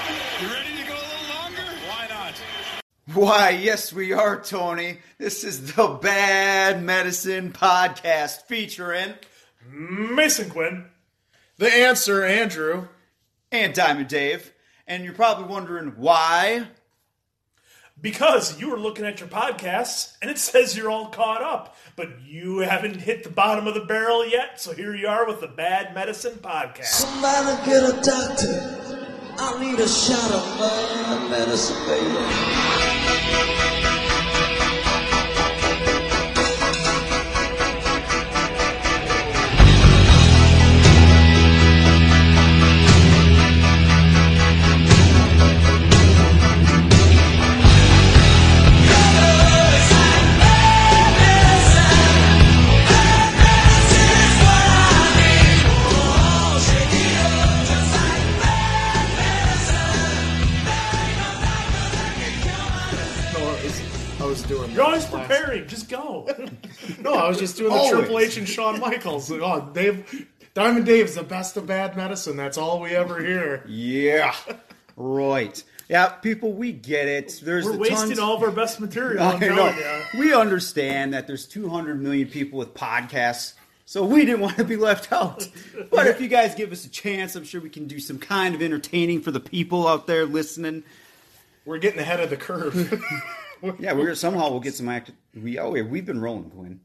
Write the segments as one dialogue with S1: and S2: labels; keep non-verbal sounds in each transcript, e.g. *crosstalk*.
S1: You ready to go a little longer? Why not?
S2: Why, yes, we are, Tony. This is the Bad Medicine Podcast featuring
S3: Mason Quinn.
S4: The answer, Andrew.
S2: and Diamond Dave. And you're probably wondering why.
S3: Because you were looking at your podcasts and it says you're all caught up, but you haven't hit the bottom of the barrel yet, so here you are with the Bad Medicine Podcast.
S5: Somebody get a doctor. I need a shot of my medicine, baby.
S4: No, I was, I was doing.
S3: You're always
S4: last-
S3: preparing,
S2: *laughs*
S3: just go.
S4: No, I was just doing the
S2: Always.
S4: Triple H and Shawn Michaels. Oh, Dave, Diamond Dave's the best of bad medicine. That's all we ever hear.
S2: *laughs* Yeah. right. Yeah, people, we get it. There's
S3: We're
S2: the
S3: wasting
S2: tons-
S3: all of our best
S2: *laughs*
S3: material.
S2: I
S3: I'm telling
S2: know.
S3: you.
S2: We understand that there's 200 million people with podcasts, so we didn't want to be left out. But if you guys give us a chance, I'm sure we can do some kind of entertaining for the people out there listening.
S4: We're getting ahead of the curve. *laughs*
S2: Yeah, we're somehow we'll get some act. We oh, yeah, we've been rolling, Quinn.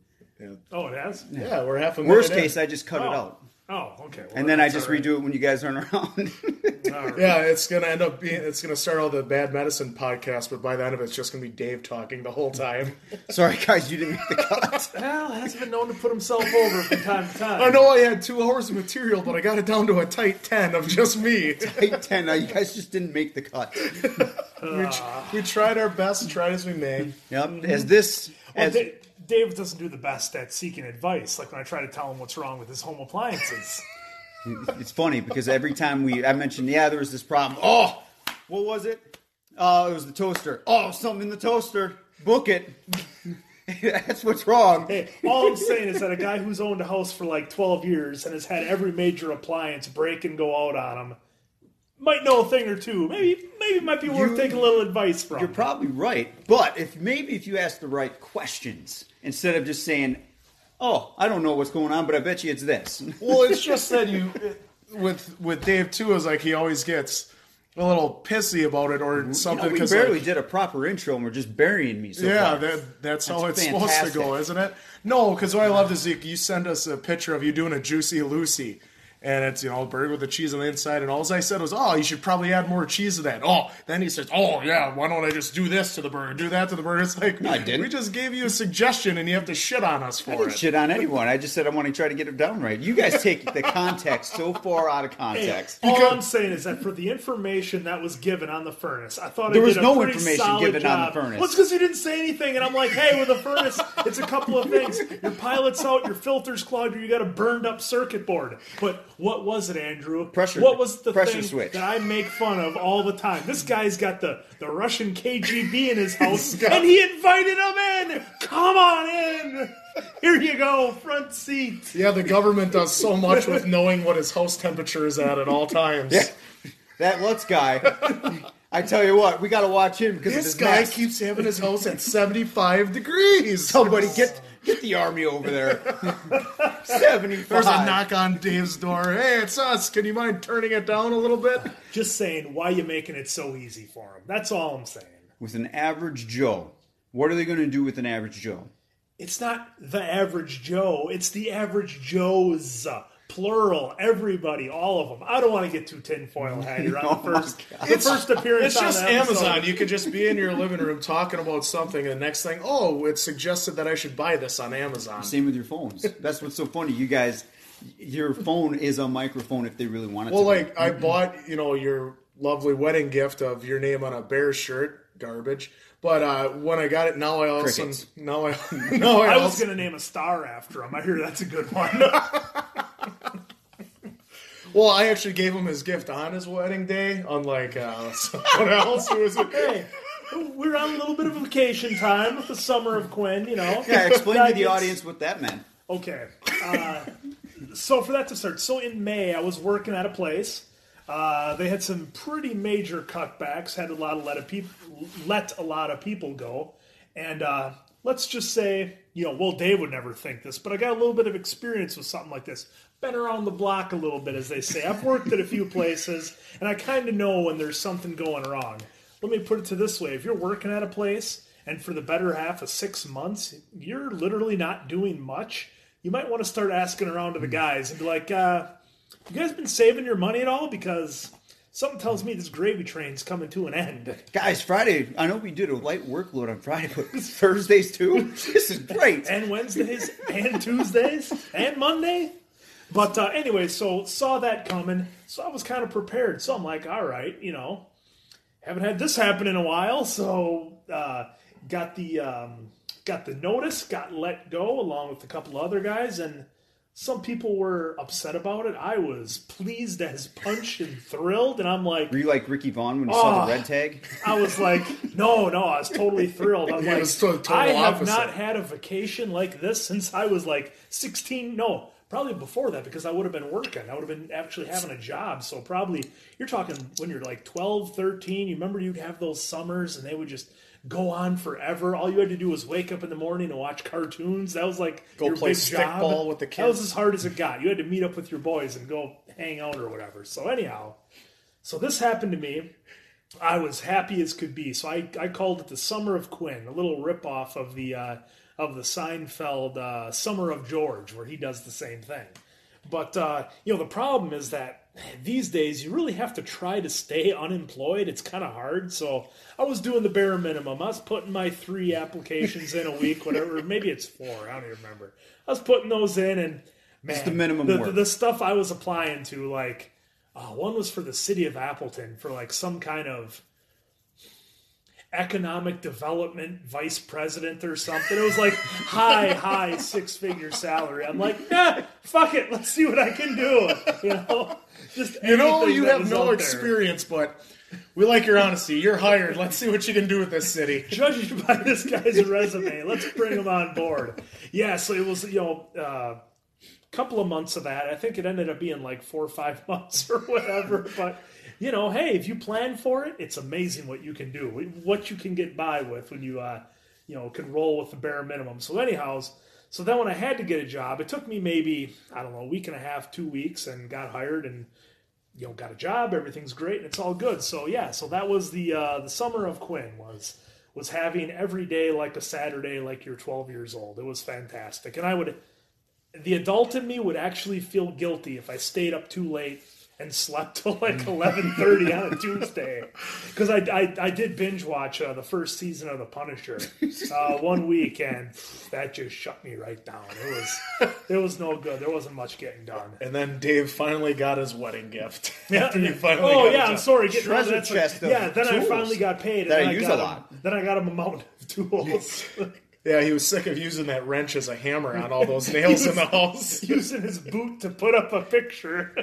S3: Oh, it has?
S4: yeah, we're half a minute
S2: Worst
S4: in.
S2: case, I just cut it out,
S3: Oh, okay. well,
S2: and then I
S3: that's
S2: just
S3: all right.
S2: redo it when you guys aren't around. *laughs*
S4: *laughs* Yeah, it's gonna end up being. It's gonna start all the bad medicine podcast, but by the end of it, it's just gonna be Dave talking the whole time.
S2: Sorry, guys, you didn't make the cut.
S3: Well, has been known to put himself over from time
S2: *laughs*
S3: to time.
S4: I know I had two hours of material, but I got it down to a tight ten of just me. *laughs*
S2: Eight ten. Now you guys just didn't make the cut.
S4: We, tr- we tried our best, tried as we may.
S2: Yep. As this,
S3: Well,
S2: as
S3: Da- Dave doesn't do the best at seeking advice, like when I try to tell him what's wrong with his home appliances.
S2: It's funny because every time we I mentioned, yeah, there was this problem. Oh, what was it? Oh, it was the toaster. Oh, something in the toaster. Book it. *laughs* That's what's wrong.
S3: Hey, *laughs* all I'm saying is that a guy who's owned a house for like 12 years and has had every major appliance break and go out on him might know a thing or two. Maybe maybe it might be worth
S2: You-
S3: taking a little advice from.
S2: You're probably right, but if maybe if you ask the right questions instead of just saying, "Oh, I don't know what's going on, but I bet you it's this."
S4: Well, it's just that you with with Dave too is like he always gets a little pissy about it or
S2: You know,
S4: something
S2: we
S4: because
S2: barely did a proper intro, and we're just burying me. So
S4: yeah,
S2: far.
S4: that, that's how
S2: That's
S4: it's supposed to go,
S2: fantastic.
S4: isn't it? No, because what I love is you, you send us a picture of you doing a juicy Lucy, and it's you know burger with the cheese on the inside, and all I said was, "Oh, you should probably add more cheese to that." Oh, then he says, "Oh yeah, why don't I just do this to the burger, do that to the burger?" It's like
S2: I didn't.
S4: we just gave you a suggestion, and you have to shit on us for
S2: I didn't
S4: it.
S2: shit on anyone. I just said I want to try to get it down right. You guys take the context so far out of
S3: Hey,
S2: context.
S3: all I'm saying is that for the information that was given on the furnace, I thought
S2: There
S3: I
S2: was
S3: did
S2: no
S3: a pretty
S2: information
S3: solid
S2: given on the
S3: job.
S2: furnace.
S3: Well, it's because you didn't say anything, and I'm like, hey, with a furnace, it's a couple of things. Your pilot's out, your filter's clogged, or you got a burned up circuit board. But what was it, Andrew?
S2: Pressure-
S3: What was the
S2: pressure
S3: thing
S2: switch.
S3: that I make fun of all the time? This guy's got the the Russian KGB
S2: *laughs*
S3: in his house, and he invited him in. Come on in. Here you go, front seat.
S4: Yeah, the government does so much with knowing what his house temperature is at at all times.
S2: That Lutz guy. I tell you what, we got to watch him because
S4: This
S2: of his
S4: guy
S2: mess.
S4: keeps having his house at 75 degrees.
S2: somebody get get the army over *laughs* there. Seventy five.
S4: There's a knock on Dave's door. Hey, it's us. Can you mind turning it down a little bit?
S3: Just saying, why you making it so easy for him? That's all I'm saying.
S2: with an average Joe. What are they going to do with an average Joe?
S3: It's not the average Joe. It's the average Joes, plural. Everybody, all of them. I don't want to get too tinfoil
S2: *laughs*
S3: hat here on
S2: Oh
S3: the
S2: my
S3: first, the first appearance.
S4: It's just
S3: on the episode.
S4: Amazon. You could just be in your living room talking about something, and the next thing, oh, it suggested that I should buy this on Amazon.
S2: Same with your phones. That's what's so funny. You guys, your phone is a microphone if they really want it.
S4: Well,
S2: to be.
S4: like I bought, you know, your lovely wedding gift of your name on a bear shirt, garbage. But uh, when I got it, now I also
S2: Crickets.
S4: now I *laughs* now I,
S3: I was
S4: also,
S3: going to name a star after him. I hear that's a good one. *laughs*
S4: well, I actually gave him his gift on his wedding day, unlike uh, *laughs* someone else who was okay.
S3: We're on a little bit of vacation time with the summer of Quinn. You know.
S2: yeah,
S4: *laughs*
S2: explain to
S3: That
S2: the
S3: gets-
S2: audience what that meant.
S3: Okay. Uh, so for that to start, so in May I was working at a place. Uh, they had some pretty major cutbacks. Had a lot of let a peop- let a lot of people go, and uh, let's just say, you know, well, Dave would never think this, but I got a little bit of experience with something like this. Been around the block a little bit, as they say. I've worked at a few places, and I kind of know when there's something going wrong. Let me put it to this way: if you're working at a place and for the better half of six months you're literally not doing much, you might want to start asking around to the guys and be like, uh, "You guys been saving your money at all? Because something tells me this gravy train's coming to an end."
S2: Guys, Friday, I know we did a light workload on Friday, but *laughs* Thursdays too? This is great.
S3: and Wednesdays and Tuesdays and Monday. But uh, anyway, so saw that coming, so I was kind of prepared. So I'm like, all right, you know, haven't had this happen in a while, so uh, got the um, got the notice, got let go along with a couple other guys, and some people were upset about it. I was pleased as punch and thrilled, and I'm like,
S2: Were you like Ricky Vaughn when you saw the
S3: Oh.
S4: Ah.
S2: red tag?
S3: I was like, no, no, I was totally thrilled. I was
S4: Yeah,
S3: like,
S4: it's total
S3: I have
S4: opposite.
S3: not had a vacation like this since I was like 16. No, probably before that because I would have been working. I would have been actually having a job. So probably you're talking when you're like 12, 13. You remember you'd have those summers and they would just go on forever. All you had to do was wake up in the morning and watch cartoons. That was like
S4: Go
S3: your
S4: play
S3: big job.
S4: stickball with the
S3: That was
S4: kids.
S3: as hard as it got. You had to meet up with your boys and go hang out or whatever. So anyhow, so this happened to me. I was happy as could be. So I, I called it the Summer of Quinn, a little ripoff of the uh, of the Seinfeld uh, Summer of George, where he does the same thing. But uh, you know the problem is that these days you really have to try to stay unemployed. It's kind of hard. So I was doing the bare minimum. I was putting my three applications in a week, whatever. Maybe it's four. I don't even remember. I was putting those in, and man,
S2: the minimum
S3: The,
S2: work.
S3: the stuff I was applying to, like uh, one was for the city of Appleton for like some kind of economic development vice president or something. It was like high, high six figure salary. I'm like, nah, fuck it, let's see what I can do. You know, just
S4: You know,
S3: anything
S4: you
S3: that
S4: have
S3: was
S4: no
S3: out there.
S4: experience, but we like your honesty. You're hired. Let's see what you can do with this city.
S3: judging *laughs* by this guy's resume, let's bring him on board. Yeah, so it was you know a uh, couple of months of that. I think it ended up being like four or five *laughs* months or whatever. But you know, hey, if you plan for it, it's amazing what you can do, what you can get by with when you uh, you know can roll with the bare minimum. So anyhow. So then, when I had to get a job, it took me maybe I don't know a week and a half, two weeks, and got hired and you know got a job everything's great and it's all good so yeah so that was the uh, the summer of quinn was was having every day like a saturday like you're 12 years old it was fantastic and i would the adult in me would actually feel guilty if i stayed up too late and slept *laughs* till like 11.30 on a tuesday because I, I, I did binge watch uh, the first season of the punisher uh, one week and that just shut me right down it was it was no good there wasn't much getting done
S4: And then Dave finally got his wedding gift. *laughs* After you finally
S3: oh
S4: got
S3: yeah,
S4: it
S3: I'm
S4: done.
S3: sorry. Get
S2: Treasure
S3: that's
S2: chest
S3: Like,
S2: of
S3: yeah, then I
S2: tools
S3: finally got paid. And
S2: that I
S3: then
S2: use a
S3: got
S2: lot.
S3: Him, then I got him a mountain of tools,
S4: Yeah, he was sick of using that wrench as a hammer on all those
S3: *laughs*
S4: nails in the
S3: *laughs*
S4: house.
S3: using his boot to put up a picture.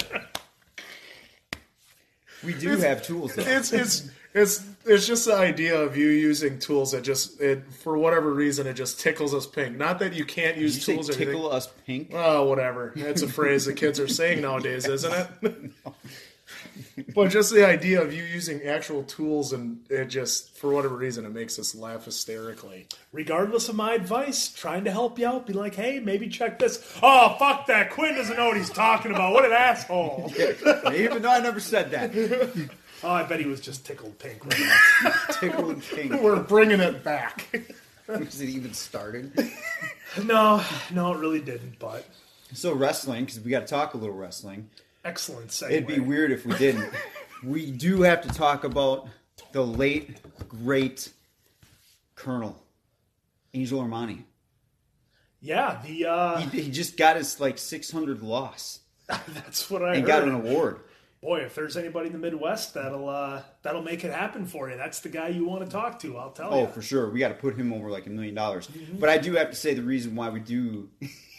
S2: We do have tools though.
S4: It's it's it's it's just the idea of you using tools that just it for whatever reason it just tickles us pink. Not that you can't use
S2: You say
S4: tools or anything.
S2: tickle us pink?
S4: Oh, whatever. That's a phrase the kids are saying *laughs* nowadays, isn't
S2: *laughs*
S4: it? *laughs* but just the idea of you using actual tools and it just, for whatever reason, it makes us laugh hysterically.
S3: Regardless of my advice, trying to help you out, be like, hey, maybe check this. Oh, fuck that. Quinn doesn't know what he's talking about. What an
S4: *laughs*
S3: asshole.
S2: Even though I never said that.
S3: Oh, I bet he was just tickled pink. Right now.
S2: Tickle and pink.
S4: *laughs* We're bringing it back.
S2: Is it even started?
S3: *laughs* no, no, it really didn't. But
S2: So wrestling, because we got to talk a little wrestling.
S3: excellent segue.
S2: It'd be weird if we didn't.
S4: *laughs*
S2: we do have to talk about the late great Colonel Angel Armani.
S3: Yeah, the uh,
S2: He, he just got his like 600 loss
S3: that's what I
S2: and
S3: heard.
S2: got an award.
S3: boy, if there's anybody in the Midwest that'll uh, that'll make it happen for you, that's the guy you want to talk to. I'll tell
S2: Oh,
S3: you. Mm-hmm.
S2: for sure. We got to put him over like a million dollars. But I do *laughs* have to say the reason why we do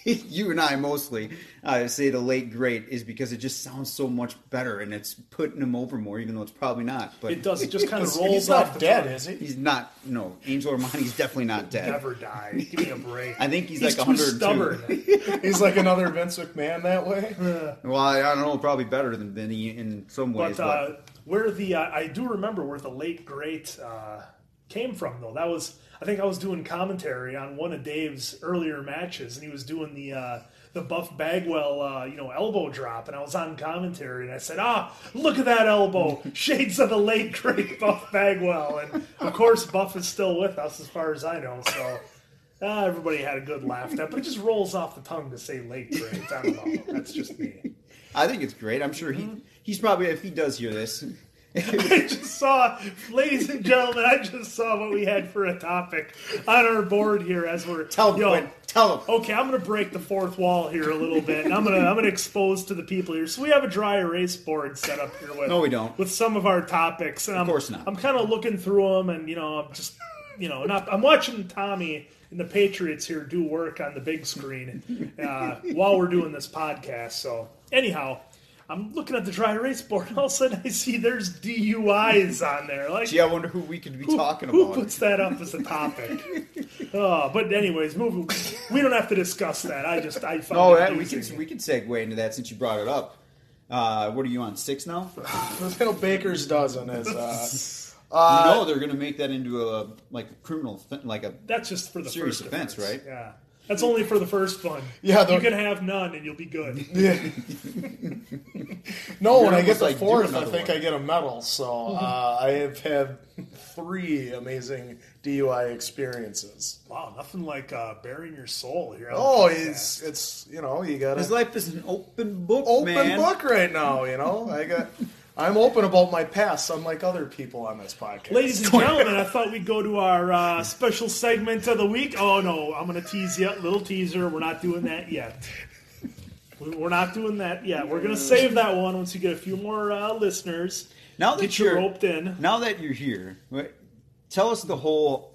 S2: you and I mostly uh, say the late great is because it just sounds so much better and it's putting him over more, even though it's probably not. But
S3: It does.
S2: *laughs*
S3: It just kind of *laughs* rolls
S4: He's
S3: off
S4: not
S3: the
S4: dead,
S3: tongue.
S4: is he?
S2: He's not. No, Angel Armani's definitely not dead.
S3: Never die. Give me a break.
S2: I think he's,
S3: He's
S2: like
S3: too
S2: 102.
S3: stubborn.
S4: He's like another Vince McMahon that *laughs* way.
S2: Well, I, I don't know. Probably better than Vinny in some ways.
S3: But
S2: But,
S3: uh, where the uh, I do remember where the late great uh, came from though. That was I think I was doing commentary on one of Dave's earlier matches, and he was doing the uh, the Buff Bagwell uh, you know elbow drop, and I was on commentary, and I said, "Ah, look at that
S2: *laughs*
S3: elbow! Shades of the late great Buff Bagwell." And of course, Buff is still with us as far as I know. So. Uh, everybody had a good laugh at that, but it just rolls off the tongue to say late great. I don't know. That's just me.
S2: I think it's great. I'm sure he
S3: Mm-hmm.
S2: he's probably if he does hear this. *laughs*
S3: I just saw, ladies and gentlemen, I just saw what we had for a topic on our board here as we're
S2: Tell him.
S3: Yo, Oh.
S2: Quinn, tell him.
S3: Okay, I'm gonna break the fourth wall here a little bit. And I'm gonna I'm gonna expose to the people here. So we have a dry erase board set up here with
S2: No, we don't.
S3: with some of our topics. And of I'm,
S2: course not.
S3: I'm kind of looking through them, and you know, I'm just you know, not, I'm watching Tommy and the Patriots here do work on the big screen uh, while we're doing this podcast. So anyhow. I'm looking at the dry erase board, and all of a sudden I see there's DUIs on there. Like,
S2: Gee, I wonder who we could be talking
S3: who
S2: about.
S3: puts that up as
S2: *laughs*
S3: a topic? oh, but anyways, moving. We don't have to discuss that. I just I found
S2: oh,
S3: it
S2: that, we
S3: amusing.
S2: could we could segue into that since you brought it up. Uh, what are you on six now?
S4: Little Baker's dozen is. Uh,
S2: you know they're going to make that into a like criminal, thi- like a
S3: That's just for the
S2: serious
S3: first
S2: offense, right?
S3: Yeah, that's only for the first one.
S4: Yeah, the-
S3: you can have none and you'll be good.
S4: no, when I
S2: almost
S4: get the
S2: like, do
S4: fourth, I
S2: another
S4: think
S2: one.
S4: I get a medal. So
S3: Mm-hmm.
S4: uh, I have had three amazing DUI experiences.
S3: wow, nothing like uh, burying your soul here. on the
S4: Oh,
S3: podcast.
S4: it's it's you know you got
S2: His
S4: to
S2: life is an open book,
S4: open
S2: man.
S4: book right now. You *laughs* know I got I'm open about my past, unlike other people on this podcast.
S3: Ladies and gentlemen, I thought we'd go to our uh, special segment of the week. Oh no, I'm going to tease you, little teaser. We're not doing that yet. We- We're not doing that yet. We're going to save that one once we get a few more uh, listeners.
S2: Now that
S3: Get you
S2: you're
S3: roped in.
S2: Now that you're here, wh- tell us the whole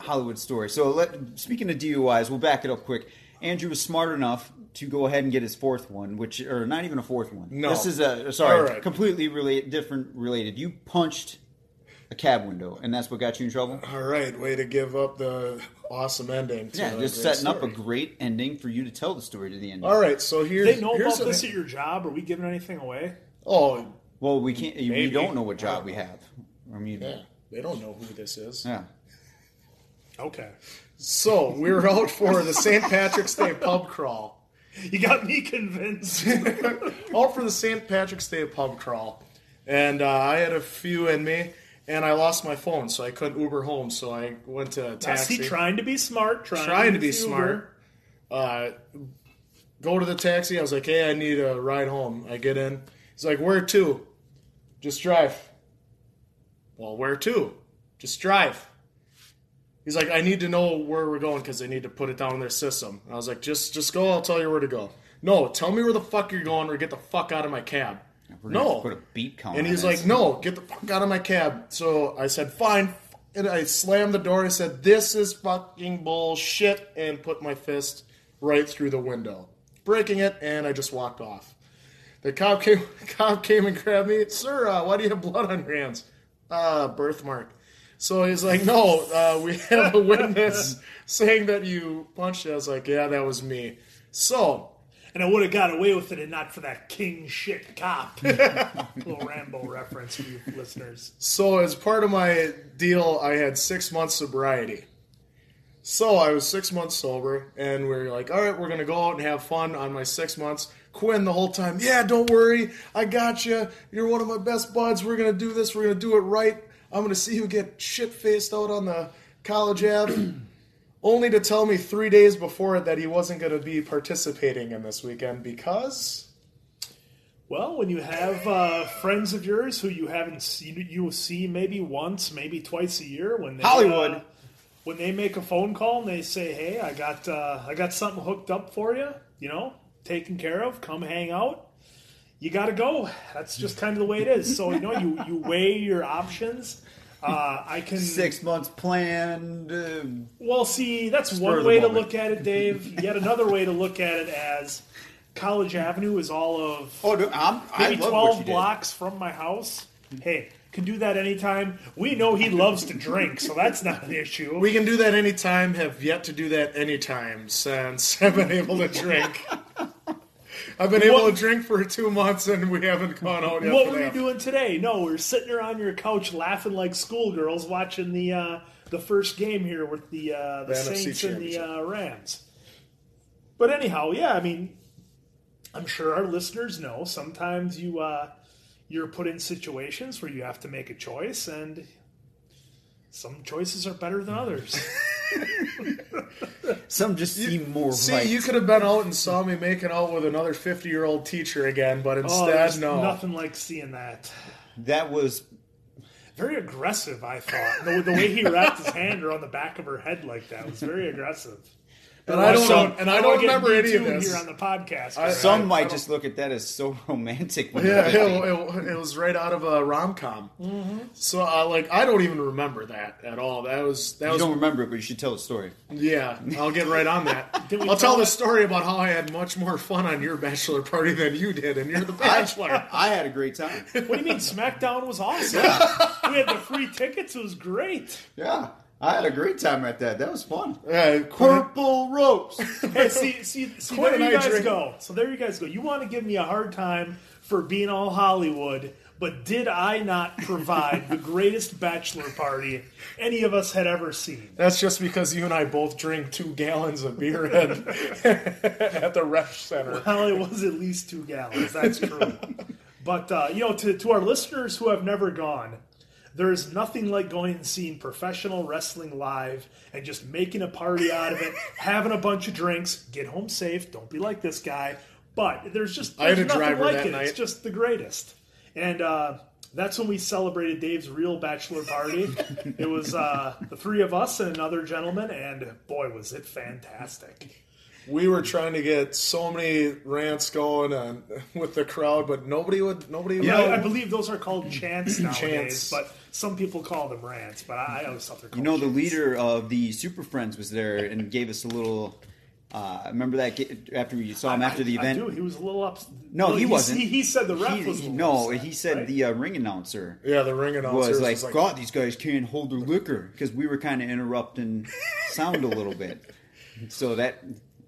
S2: Hollywood story. So, let, speaking of DUIs, we'll back it up quick. Andrew was smart enough to go ahead and get his fourth one, which or not even a fourth one.
S4: No.
S2: this is a sorry,
S4: All right.
S2: completely related, different related. You punched a cab window, and that's what got you in trouble.
S4: All right, way to give up the awesome ending. To
S2: Yeah,
S4: a
S2: just
S4: great
S2: setting up a
S4: story.
S2: great ending for you to tell the story to the end.
S4: All right, so here's
S3: They know
S4: here's
S3: about
S4: an-
S3: this at your job. Are we giving anything away?
S4: Oh,
S2: Well, we can't. We
S4: Maybe.
S2: don't know what job we have. I mean,
S4: yeah, they don't know who this is.
S2: yeah.
S4: *laughs*
S3: Okay.
S4: So we were out for the St. Patrick's Day pub crawl.
S3: *laughs* You got me convinced.
S4: *laughs* Out for the St. Patrick's Day pub crawl, and uh, I had a few in me, and I lost my phone, so I couldn't Uber home. So I went to a
S3: Is he
S4: taxi.
S3: trying to be smart? Trying,
S4: trying to be
S3: Uber.
S4: smart. Uh, go to the taxi. I was like, hey, I need a ride home. I get in. He's like, where to? Just drive. Well, where to? Just drive. He's like, I need to know where we're going because they need to put it down in their system. And I was like, just just go. I'll tell you where to go. No, tell me where the fuck you're going or get the fuck out of my cab.
S2: We're gonna have
S4: no.
S2: to put a beat count.
S4: And
S2: on
S4: he's
S2: this.
S4: like, "No, get the fuck out of my cab." So I said, "Fine," and I slammed the door. I said, "This is fucking bullshit," and put my fist right through the window, breaking it. And I just walked off. The cop came. *laughs* Cop came and grabbed me. Sir, uh, why do you have blood on your hands? Uh, birthmark. So he's like, "No, uh, we have a witness *laughs* saying that you punched." I was like, "Yeah, that was me." So
S3: And I would have got away with it and not for that king shit
S4: *laughs*
S3: cop. Little Rambo reference for you listeners.
S4: So, as part of my deal, I had six months sobriety. So, I was six months sober, and we are like, all right, we're going to go out and have fun on my six months. Quinn, the whole time, yeah, don't worry. I got you. You're one of my best buds. We're going to do this. We're going to do it right. I'm going to see you get shit faced out on the college app. *clears throat* Only to tell me three days before that he wasn't going to be participating in this weekend because.
S3: Well, when you have uh, friends of yours who you haven't seen, you see maybe once, maybe twice a year when they,
S2: Hollywood.
S3: uh, when they make a phone call and they say, "Hey, I got uh, I got something hooked up for you. You know, taken care of. Come hang out." You got to go. That's just kind of the way it is. So you know, you you weigh your options. Uh, I can
S2: Six months planned. Uh,
S3: Well, see, that's
S2: of
S3: one
S2: the
S3: way to
S2: moment.
S3: look at it, Dave. Yet another way to look at it as College Avenue is all of
S2: oh, dude, I'm, I
S3: maybe
S2: love what
S3: 12
S2: you
S3: blocks from my house. Hey, can do that anytime. We know he loves to drink, so that's not an issue.
S4: We can do that anytime, have yet to do that anytime since *laughs* I've been able to drink. I've been able
S3: What-
S4: to drink for two months and we haven't gone out yet.
S3: what
S4: for
S3: were you
S4: that.
S3: doing today? No, we are sitting around your couch laughing like schoolgirls watching the uh, the first game here with the uh, the
S4: The NFC
S3: Saints and the
S4: championship.
S3: uh, Rams. But anyhow, yeah, I mean, I'm sure our listeners know. Sometimes you uh, you're put in situations where you have to make a choice, and some choices are better than others.
S2: did. Some just seem more
S4: See,
S2: right.
S4: you could have been out and saw me making out with another 50 year old teacher again, but
S3: Oh,
S4: instead,
S3: there's
S4: no.
S3: nothing like seeing that.
S2: that was
S3: Very aggressive, I thought. The, the way he wrapped his hand around the back of her head like that was very aggressive.
S4: And I don't,
S3: So-
S4: and I
S3: wanna
S4: don't
S3: get
S4: remember any of
S3: Me Too'd
S4: this.
S3: here on the podcast.
S2: Some
S4: I- I
S2: might
S4: don't-
S2: just look at that as so *laughs* romantic. When
S4: Yeah,
S3: *laughs*
S2: yeah,
S4: it, it, it was right out of a rom com.
S3: Mm-hmm.
S4: So, uh, like, I don't even remember that at all. That was that
S2: you
S4: was
S2: don't remember it, but you should tell the story.
S4: yeah. I'll get right on that. *laughs*
S3: Did we
S4: I'll
S3: tell
S4: tell the
S3: it?
S4: story about how I had much more fun on your bachelor party than you did, and you're the bachelor.
S2: I,
S4: *laughs*
S2: I had a great *laughs* time.
S3: what do you mean SmackDown was awesome? we had the free tickets. It was great.
S2: Yeah, I had a great time at that. That was fun.
S4: yeah, Uh, Quinn,
S2: Purple ropes.
S3: Hey, see, see, see
S4: Quinn
S3: there
S4: and
S3: you
S4: I
S3: guys
S4: drink-
S3: go. So there you guys go. You want to give me a hard time for being all Hollywood, but did I not provide the greatest bachelor party any of us had ever seen?
S4: that's just because you and I both drink two gallons of beer at, *laughs* at the rec center.
S3: Well, it was at least two gallons. That's
S4: *laughs*
S3: true. but uh, you know, to, to our listeners who have never gone, there is nothing like going and seeing professional wrestling live and just making a party out
S4: *laughs*
S3: of it, having a bunch of drinks, get home safe. Don't be like this guy. But there's just
S4: I had
S3: there's
S4: a
S3: nothing
S4: driver
S3: like
S4: that
S3: it.
S4: night.
S3: It's just the greatest. And uh, that's when we celebrated Dave's real bachelor
S4: *laughs*
S3: party. it was uh, the three of us and another gentleman, and boy, was it fantastic.
S4: We were trying to get so many rants going on with the crowd, but nobody would. Nobody. would.
S3: Yeah, I, I believe those are called
S2: *clears throat*
S3: chants nowadays,
S4: Chants.
S3: but some people call them rants. But I, I always thought they're called.
S2: You know, the
S3: chants.
S2: leader of the Super Friends was there and gave us a little. Uh, remember that ge- after we saw him after the
S3: I
S2: event.
S3: do. He was a little up.
S2: No,
S3: well,
S2: he wasn't.
S3: He, he said the ref
S2: He-
S3: was. a little
S2: no.
S3: upset,
S2: he said
S3: right?
S2: the uh, ring announcer
S4: Yeah, the ring announcer
S2: was like, "God, these guys can't hold their liquor" because we were kind of interrupting sound a little bit.
S3: *laughs*
S2: So that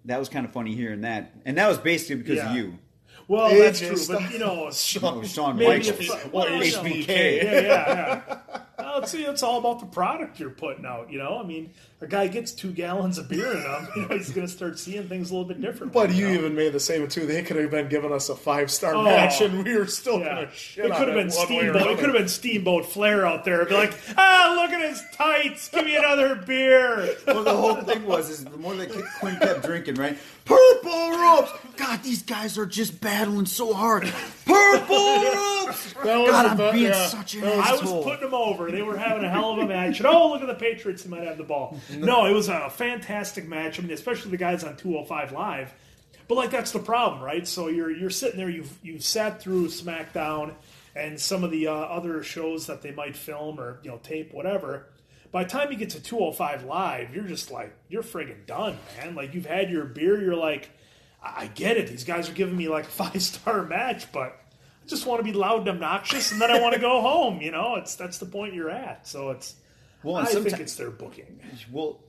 S2: that was kind of funny hearing that, and that was basically because
S3: Yeah.
S2: of you.
S3: Well,
S4: It
S3: that's true,
S4: just-
S3: but you know,
S2: It was Shawn
S3: maybe
S2: Michaels.
S3: if-
S4: Well,
S3: well, you know,
S4: HBK.
S3: Yeah, yeah, yeah. Well, it's, it's all about the product you're putting out. You know, I mean, a guy gets two gallons of beer in him, *laughs* you know, he's going to start seeing things a little bit differently.
S4: But you
S3: know?
S4: even made the statement too. They could have been giving us a five star
S3: Oh.
S4: match, and we were still
S3: Yeah.
S4: gonna shit.
S3: It
S4: on
S3: could have been
S4: one way or
S3: Steamboat. It
S4: another.
S3: could have been Steamboat Flair out there. Be like, ah, look at his tights. Give me another beer.
S2: Well, the whole thing was is the more that Quinn kept drinking, right? Purple ropes. God, these guys are just battling so hard. Purple ropes.
S4: That was
S2: God,
S4: the
S2: I'm
S4: be-
S2: being
S4: yeah.
S2: such an
S4: That
S3: I
S2: asshole.
S3: was putting them over. They were having a hell of a match. And oh, look at the Patriots. They might have the ball. No, it was a fantastic match. I mean, especially the guys on 205 Live. But like that's the problem, right? So you're you're sitting there. You've you've sat through SmackDown and some of the uh, other shows that they might film or you know tape whatever. By the time you get to 205 Live, you're just like you're friggin' done, man. Like you've had your beer. You're like, I I get it. These guys are giving me like a *laughs* five star match, but I just want to be loud and obnoxious, and then I want to go home. You know, it's that's the point you're at. So it's.
S2: Well,
S3: I
S2: and
S3: think
S2: someti-
S3: it's their booking,
S2: Well,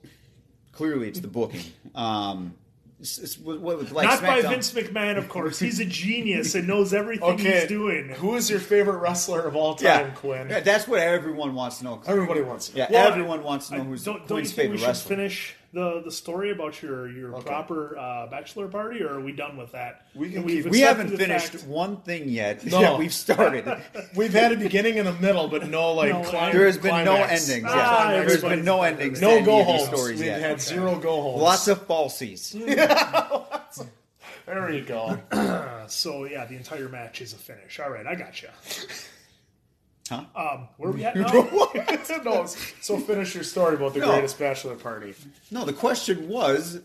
S2: clearly it's the booking. Um, s- s- what, what was like
S3: not by
S2: SmackDown-
S3: Vince McMahon, of course. He's a genius and knows everything
S4: Okay,
S3: he's doing.
S4: Who is your favorite wrestler of all
S2: Yeah,
S4: time, Quinn?
S2: Yeah, that's what everyone wants to know.
S4: Everybody wants it.
S2: Yeah,
S3: Well,
S2: everyone wants to know
S3: I-
S2: who's
S3: don't, don't you
S2: Quinn's
S3: think we
S2: favorite
S3: should
S2: wrestler.
S3: finish the, the story about your your proper uh, bachelor party, or are we done with that?
S4: We can
S3: And
S4: keep-
S2: we
S3: accepted
S2: haven't
S3: the
S2: finished
S3: fact-
S2: one thing yet.
S4: No.
S2: Yeah, we've
S3: *laughs*
S2: started.
S4: We've had a beginning and a middle, but no like
S3: No,
S4: clim-
S2: there has been
S4: climax.
S2: no endings. yet.
S3: Ah,
S2: There's been
S3: everybody's-
S2: no endings. to
S4: No
S2: any
S4: go
S2: of these
S4: homes.
S2: stories
S4: We've
S2: yet.
S4: had zero go homes.
S2: Lots of falsies.
S4: There you go.
S3: So yeah, the entire match is a finish. All right, I got gotcha.
S2: Huh?
S3: Um,
S2: *laughs*
S3: where are we at now? *laughs*
S4: no, so finish your story about the
S2: No.
S4: greatest bachelor party.
S2: No, the question was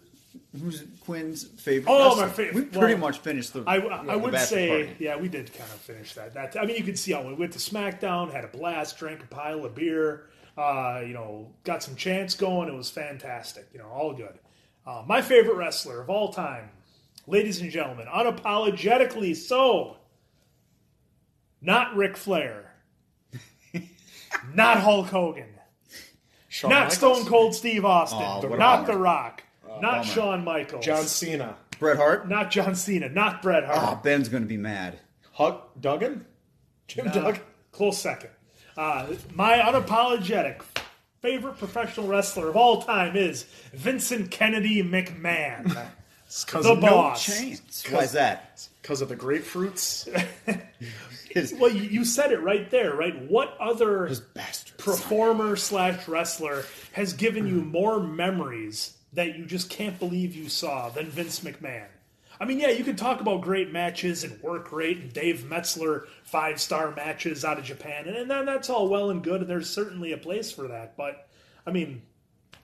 S2: who's Quinn's favorite?
S3: Oh, my
S2: wrestler?
S3: fav-
S2: We pretty
S3: well,
S2: much finished the.
S3: I,
S2: you know,
S3: I
S2: the
S3: would
S2: bachelor
S3: say,
S2: party.
S3: yeah, we did kind of finish that. That I mean, you could see how we went to SmackDown, had a blast, drank a pile of beer, uh, you know, got some chants going. It was fantastic. You know, all good. Uh, my favorite wrestler of all time, ladies and gentlemen, unapologetically so. Not
S2: *laughs*
S3: Ric Flair. not Hulk Hogan.
S4: Shawn
S3: not
S4: Michaels?
S3: Stone Cold Steve Austin.
S2: Aw, Oh, what a
S3: not
S2: bummer. Uh,
S3: The Rock. not
S2: bummer.
S3: Shawn Michaels.
S4: John Cena.
S2: Bret Hart.
S3: not John Cena. Not Bret Hart.
S2: Oh, Ben's gonna be mad.
S4: Huck Duggan? Jim Duggan?
S3: Close second. Uh, my unapologetic favorite professional wrestler of all time is Vincent Kennedy McMahon.
S4: It's because
S3: The
S4: of no
S3: boss.
S2: Chains. Why is that?
S4: 'cause of the grapefruits.
S2: His,
S3: well, you, you said it right there, right? What other
S2: bastard.
S3: performer slash wrestler has given you more memories that you just can't believe you saw than Vince McMahon? I mean, yeah, you can talk about great matches and work rate and Dave Metzler five star matches out of Japan, and, and that- that's all well and good, and there's certainly a place for that. But I mean,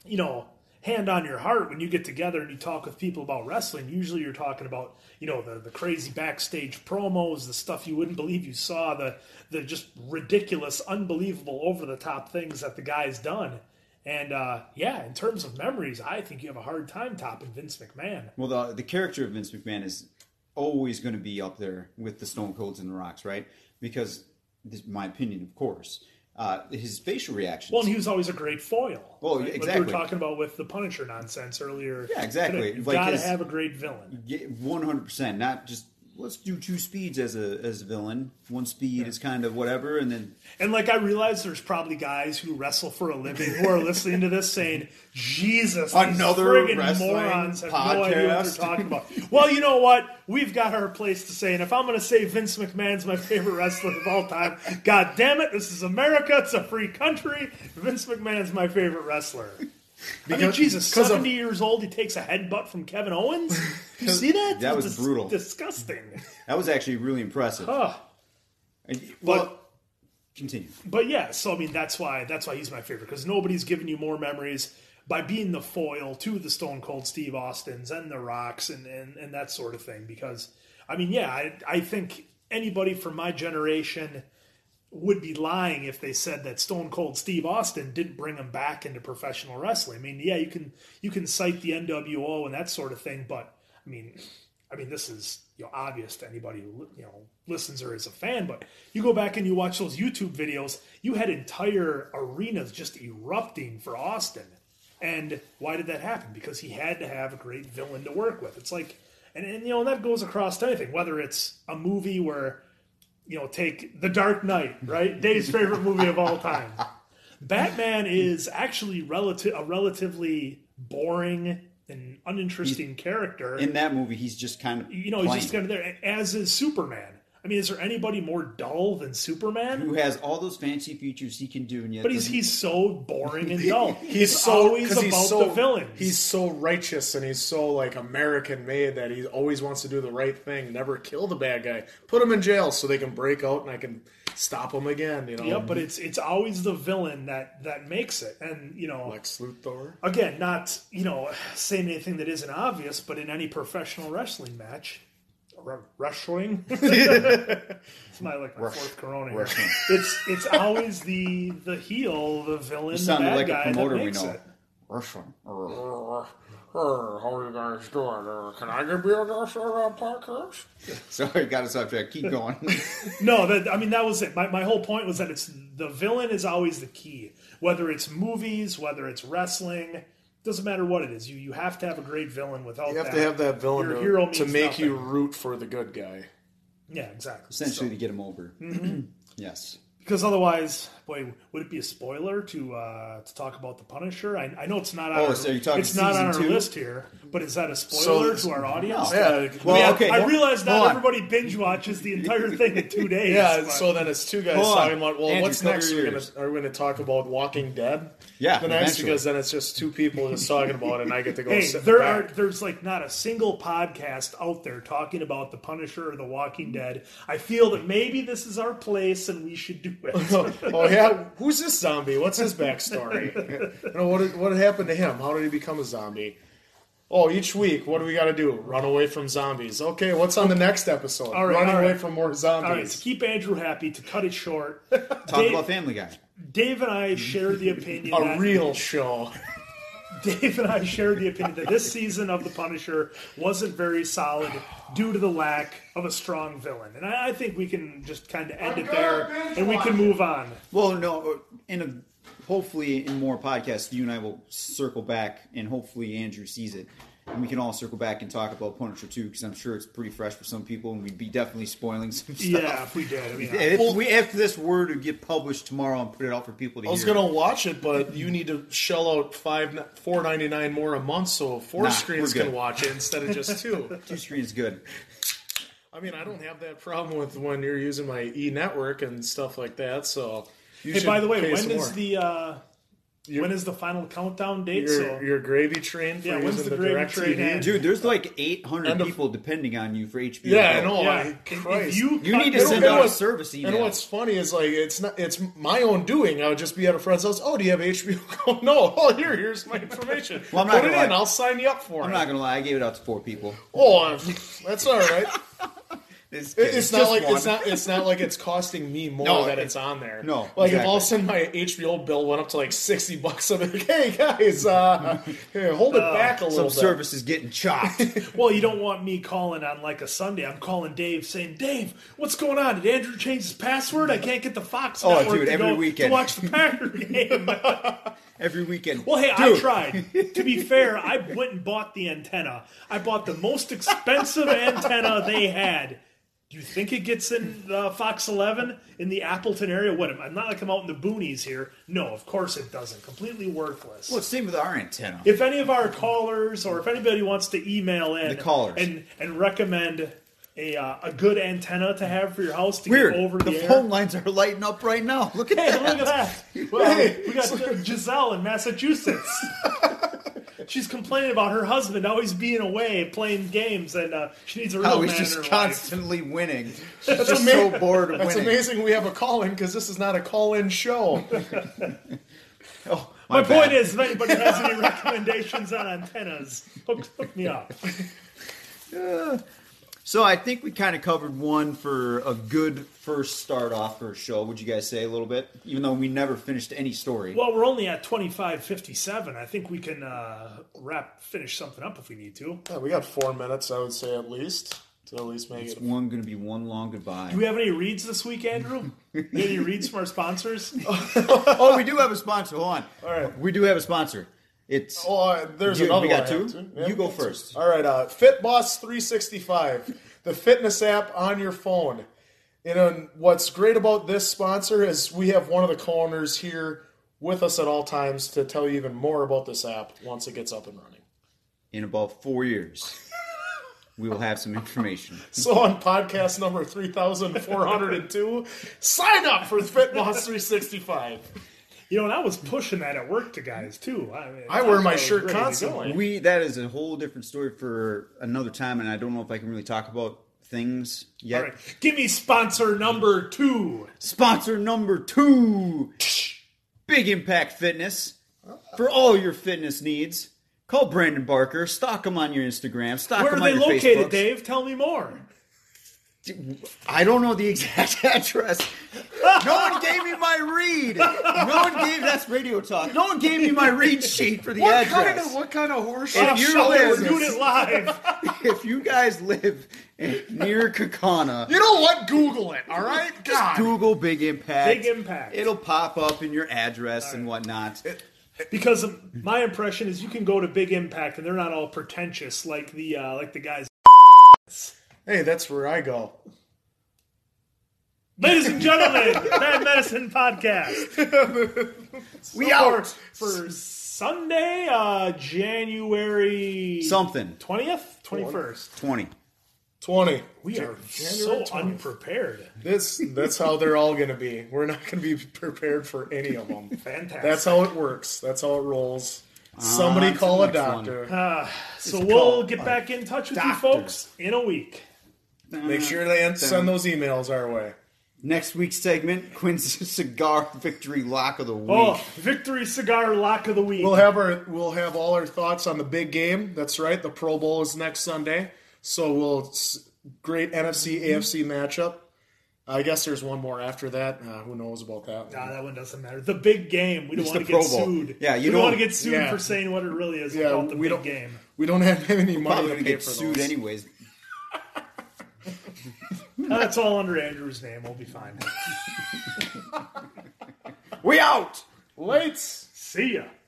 S3: you know, hand on your heart, when you get together and you talk with people about wrestling, usually you're talking about, you know, the, the crazy backstage promos, the stuff you wouldn't believe you saw, the the just ridiculous, unbelievable, over the top things that the guy's done. And uh, yeah, in terms of memories, I think you have a hard time topping Vince McMahon.
S2: Well, the the character of Vince McMahon is always going to be up there with the Stone Colds and the Rocks, right? Because this is my opinion, of course, uh, his facial reactions.
S3: Well, and he was always a great foil.
S2: Well,
S3: Like we
S2: exactly.
S3: were talking about with the Punisher nonsense earlier.
S2: Yeah, exactly.
S3: You've
S2: Like
S3: got to
S2: his-
S3: have a great villain.
S2: one hundred percent, not just let's do two speeds as a as a villain. One speed is kind of whatever, and then
S3: And like I realize there's probably guys who wrestle for a living who are listening to this saying, Jesus, these
S2: Another
S3: friggin'
S2: wrestling
S3: morons have no idea what they're
S2: podcast."
S3: talking about. Well, you know what? We've got our place to say, and if I'm gonna say Vince McMahon's my favorite wrestler of all time, god damn it, this is America, it's a free country. Vince McMahon's my favorite wrestler. I mean,
S4: Because-
S3: Jesus,
S4: 'cause of-
S3: 70 years old, he takes a headbutt from Kevin Owens?
S2: *laughs*
S3: You see that?
S2: That was
S3: Dis-
S2: brutal. *laughs*
S3: Disgusting.
S2: that was actually really impressive.
S3: Ugh.
S2: And- well, continue.
S3: But yeah, so I mean that's why that's why he's my favorite because nobody's given you more memories by being the foil to the Stone Cold Steve Austins and the Rocks and and, and that sort of thing. Because I mean, yeah, I, I think anybody from my generation would be lying if they said that Stone Cold Steve Austin didn't bring him back into professional wrestling. I mean, yeah, you can you can cite the NWO and that sort of thing, but I mean, I mean, this is you know obvious to anybody who you know listens or is a fan. But you go back and you watch those YouTube videos, you had entire arenas just erupting for Austin. And why did that happen? Because he had to have a great villain to work with. It's like, and, and you know that goes across to anything, whether it's a movie where you know, take The Dark Knight, right? Dave's favorite movie of all time. Batman is actually relative a relatively boring and uninteresting character.
S2: In that movie, he's just kind of
S3: you know, he's just kind of there. As is Superman. I mean, is there anybody more dull than Superman?
S2: who has all those fancy features he can do, and yet
S3: But
S2: *laughs*
S3: he's
S2: doesn't-
S3: he's so boring
S4: *laughs*
S3: and dull.
S4: He's
S3: It's
S4: so,
S3: always
S4: 'cause
S3: about
S4: he's so,
S3: the villain.
S4: He's so righteous and he's so like American made that he always wants to do the right thing, never kill the bad guy, put him in jail so they can break out and I can stop him again. You know,
S3: yep, but it's it's always the villain that that makes it. And you know,
S4: Lex Luthor.
S3: again, not you know saying anything that isn't obvious, but in any professional wrestling match, r- wrestling. *laughs* it's my like my fourth Corona. here.
S2: wrestling.
S3: It's it's always the the heel, the villain, the
S2: sounded
S3: bad
S2: like
S3: guy
S2: a promoter
S3: that
S2: we
S3: makes
S2: know.
S3: it.
S2: Russian. *laughs*
S4: how are you guys doing? Uh, can I be on your podcast?
S2: Sorry, got us off track. Keep
S3: *laughs*
S2: going.
S3: No, that I mean that was it. My my whole point was that it's the villain is always the key, whether it's movies, whether it's wrestling. Doesn't matter what it is, you you have to have a great villain. Without
S4: You have
S3: that,
S4: to have that villain
S3: Your
S4: to,
S3: hero
S4: to
S3: means
S4: make you
S3: nothing.
S4: root for the good guy.
S3: yeah, exactly.
S2: Essentially, to get him over.
S3: mm-hmm.
S2: yes.
S3: Because otherwise, boy, would it be a spoiler to uh, to talk about the Punisher? I, I know it's not. On
S2: Oh,
S3: our,
S2: so you're talking
S3: It's not on our
S2: season two?
S3: list here, but is that a spoiler
S4: So-
S3: to our audience?
S2: No.
S4: Yeah,
S2: Well,
S3: I mean, I-
S2: okay.
S3: I,
S2: hold-
S3: realize not
S2: hold on.
S3: everybody binge watches the entire thing in
S2: *laughs*
S3: two days.
S4: Yeah,
S3: but-
S4: so then it's two guys
S2: Hold on.
S4: talking about, well,
S2: Andrew,
S4: what's
S2: cover
S4: next?
S2: your
S4: We're gonna,
S2: ears.
S4: are we going to talk about Walking Dead?
S2: Yeah,
S4: The next,
S2: eventually.
S4: because then it's just two people just talking about it, and I get to go
S3: hey,
S4: sit
S3: there are
S4: back.
S3: there's like not a single podcast out there talking about the Punisher or the Walking
S4: Mm.
S3: Dead. I feel that maybe this is our place and we should do it.
S4: *laughs* oh, yeah? Who's this zombie? What's his backstory? you know, what, what happened to him? How did he become a zombie? Oh, each week, what do we got to do? Run away from zombies. Okay, what's on the next episode?
S3: All right,
S4: Run
S3: all
S4: away
S3: right.
S4: from more
S3: All right, to
S4: zombies.
S3: keep Andrew happy, to cut it
S4: *laughs*
S3: short,
S2: Talk
S3: Dave-
S2: about Family Guy.
S3: Dave and I share the opinion
S4: A
S3: that
S4: real show.
S3: *laughs* Dave and I shared the opinion that this season of The Punisher wasn't very solid due to the lack of a strong villain. And I, I think we can just kind of end it there and we can move on.
S2: Well, no, in a, hopefully in more podcasts, you and I will circle back, and hopefully Andrew sees it, and we can all circle back and talk about Punisher Two because I'm sure it's pretty fresh for some people, and we'd be definitely spoiling some stuff.
S3: Yeah, if we did. I mean,
S2: If we if this were to get published tomorrow and put it out for people to
S4: I was
S2: hear,
S4: gonna watch it, but you need to shell out five four ninety nine more a month, so four
S2: Nah,
S4: screens
S2: we're good.
S4: can watch it instead of
S2: *laughs*
S4: just two.
S2: two screens good.
S4: I mean, I don't have that problem with when you're using my e network and stuff like that. So, you
S3: hey,
S4: should
S3: by the way,
S4: pay
S3: when
S4: some
S3: is
S4: more.
S3: the uh, when is the final countdown date?
S4: your,
S3: so
S4: your gravy train? For
S3: Yeah, when's
S4: using
S3: the gravy
S4: direct
S3: train
S4: TV?
S3: end?
S2: Dude, there's like 800
S4: And the-
S2: people depending on you for HBO.
S4: Yeah, I know.
S3: yeah,
S4: I-
S3: if- if
S4: Christ.
S3: you
S2: You
S3: cut
S2: need to
S3: this-
S2: send
S4: know
S2: out a
S4: what-
S2: service email.
S4: And what's funny is like it's not it's my own doing. I would just be at a friend's house. Oh, do you have HBO? *laughs* Oh, no. Oh, here here's my information.
S2: Well, I'm not
S4: Put it
S2: gonna
S4: in.
S2: lie.
S4: I'll sign you up for
S2: I'm
S4: it.
S2: not gonna lie, I gave it out to four people.
S4: oh, I'm- that's all right.
S2: It's,
S4: It- it's not
S2: just
S4: like
S2: one.
S4: it's not it's not like it's costing me
S2: *laughs*
S4: more
S2: No,
S4: that
S2: it-
S4: it's on there.
S2: no,
S4: like if all of a
S2: exactly.
S4: sudden my HBO bill went up to like sixty bucks, I'm like, hey
S2: *laughs*
S4: guys, uh, here, hold it back a
S2: Some
S4: little bit.
S2: service is getting chopped.
S3: Well, you don't want me calling on like a Sunday. I'm calling Dave saying, Dave, what's going on? Did Andrew change his password? I can't get the Fox
S2: Oh,
S3: network
S2: dude,
S3: to,
S2: every
S3: go-
S2: weekend.
S3: to watch
S2: *laughs*
S3: the Packer game.
S2: Every weekend.
S3: Well, hey, I
S2: Dude,
S3: tried. to be fair, I went and bought the antenna. I bought the most expensive antenna they had. Do you think it gets in uh, Fox 11 in the Appleton area? What? am I- I'm not like I'm out in the boonies here. No, of course it doesn't. Completely worthless.
S2: Well, same with our antenna.
S3: if any of our callers or if anybody wants to email in
S2: The callers.
S3: and and recommend a uh, a good antenna to have for your house to
S2: Weird.
S3: get over
S2: the
S3: the, air.
S2: phone lines are lighting up right now. *laughs* Look at
S3: Hey,
S2: that.
S3: look at that! Well, we got Giselle in Massachusetts. *laughs* She's complaining about her husband always being away playing games, and uh, she needs a real
S2: How
S3: man
S2: he's
S3: in her
S2: just
S3: life.
S2: constantly winning. She's just
S4: ama-
S2: so bored of
S4: That's
S2: winning.
S4: amazing. We have a call in because this is not a call
S2: *laughs*
S4: in show.
S2: Oh,
S3: My
S2: bad.
S3: point is, if anybody has
S4: *laughs*
S3: any recommendations on antennas, hook, hook me up.
S2: So I think we kind of covered one for a good first start off for a show. Would you guys say a little bit? Even though we never finished any story.
S3: Well, we're only at twenty five fifty seven. I think we can uh, wrap finish something up if we need to.
S4: Yeah, we got four minutes, I would say at least to at least make it.
S2: one going to be one long goodbye.
S3: Do we have any reads this week,
S4: *laughs*
S3: Andrew? You got any reads from our sponsors?
S2: oh, we do have a sponsor. Hold on. All
S4: right.
S2: We do have a sponsor. It's
S4: Oh, uh, there's
S2: You-
S4: another
S2: we got
S4: one I have
S2: two?
S4: too. Yeah,
S2: You go
S4: we got two.
S2: first.
S4: All right, uh, FitBoss 365, the fitness app on your phone. And um, what's great about this sponsor is we have one of the co-owners here with us at all times to tell you even more about this app once it gets up and running.
S2: in about four years. we will have some information.
S4: *laughs* So on podcast number 3402, sign up for FitBoss 365.
S3: You know, and I was pushing that at work to guys too. I, mean,
S4: I wear my
S3: was
S4: shirt
S3: ready to go.
S4: constantly.
S2: We that is a whole different story for another time, and I don't know if I can really talk about things yet.
S3: All right, give me sponsor number two.
S2: Sponsor number two Big Impact Fitness. For all your fitness needs, call Brandon Barker. Stalk him on your Instagram. Stalk
S3: Where
S2: him
S3: are
S2: on
S3: they
S2: your
S3: located,
S2: Facebooks.
S3: Dave? Tell me more.
S2: I don't know the exact *laughs* address. No one gave me my read. No one gave that's radio talk. No one gave me my read sheet for the
S4: What
S2: address.
S4: kind of what kind of horse?
S2: If
S3: Oh,
S2: you're
S3: shit,
S2: live-
S3: we're doing it live.
S2: if you guys live in- near Kakana,
S4: You know what? Google it. All right, God.
S2: Google Big Impact.
S3: Big Impact.
S2: It'll pop up in your address and whatnot.
S3: because my impression is you can go to Big Impact and they're not all pretentious like the uh, like the guys.
S4: Hey, that's where I go.
S3: Ladies and gentlemen, Bad Medicine Podcast
S2: we out.
S3: for Sunday, uh, January
S2: Something.
S3: twentieth, twenty first.
S2: 20.
S4: 20.
S3: We are so *laughs*
S4: January 20th.
S3: unprepared.
S4: This that's how they're all going to be. We're not going to be prepared for any of them.
S3: *laughs* Fantastic.
S4: That's how it works. That's how it rolls.
S2: Ah,
S4: Somebody
S2: to
S4: call
S2: the
S4: a
S2: next one.
S4: doctor.
S3: So
S2: It's
S3: we'll
S2: called
S3: get
S2: a
S3: back in touch with you
S2: doctor.
S3: folks in a week.
S4: Make sure they send those emails our way.
S2: Next week's segment, *laughs* Quinn's cigar victory lock of the week.
S3: Oh, victory cigar lock of the week.
S4: We'll have our we'll have all our thoughts on the big game. That's right. The Pro Bowl is next Sunday, so we'll it's great NFC
S3: Mm-hmm.
S4: AFC matchup. I guess there's one more after that. Uh, who knows about that?
S3: Nah,
S4: one.
S3: that one doesn't matter. The big game. We don't
S2: It's
S3: want to
S2: the
S3: get
S2: Pro Bowl.
S3: sued.
S2: Yeah, you
S3: we don't,
S2: don't-
S3: want to get sued
S4: yeah.
S3: for saying what it really is
S4: Yeah,
S3: about the
S4: we
S3: big
S4: don't-
S3: game.
S4: We don't have *laughs* any money
S2: Probably
S4: to
S2: gonna
S4: pay
S2: get
S4: for
S2: sued
S4: those.
S2: anyways.
S3: Uh, That's all under Andrew's name. We'll
S2: *laughs*
S3: be fine.
S2: We out.
S4: Lights.
S3: See ya.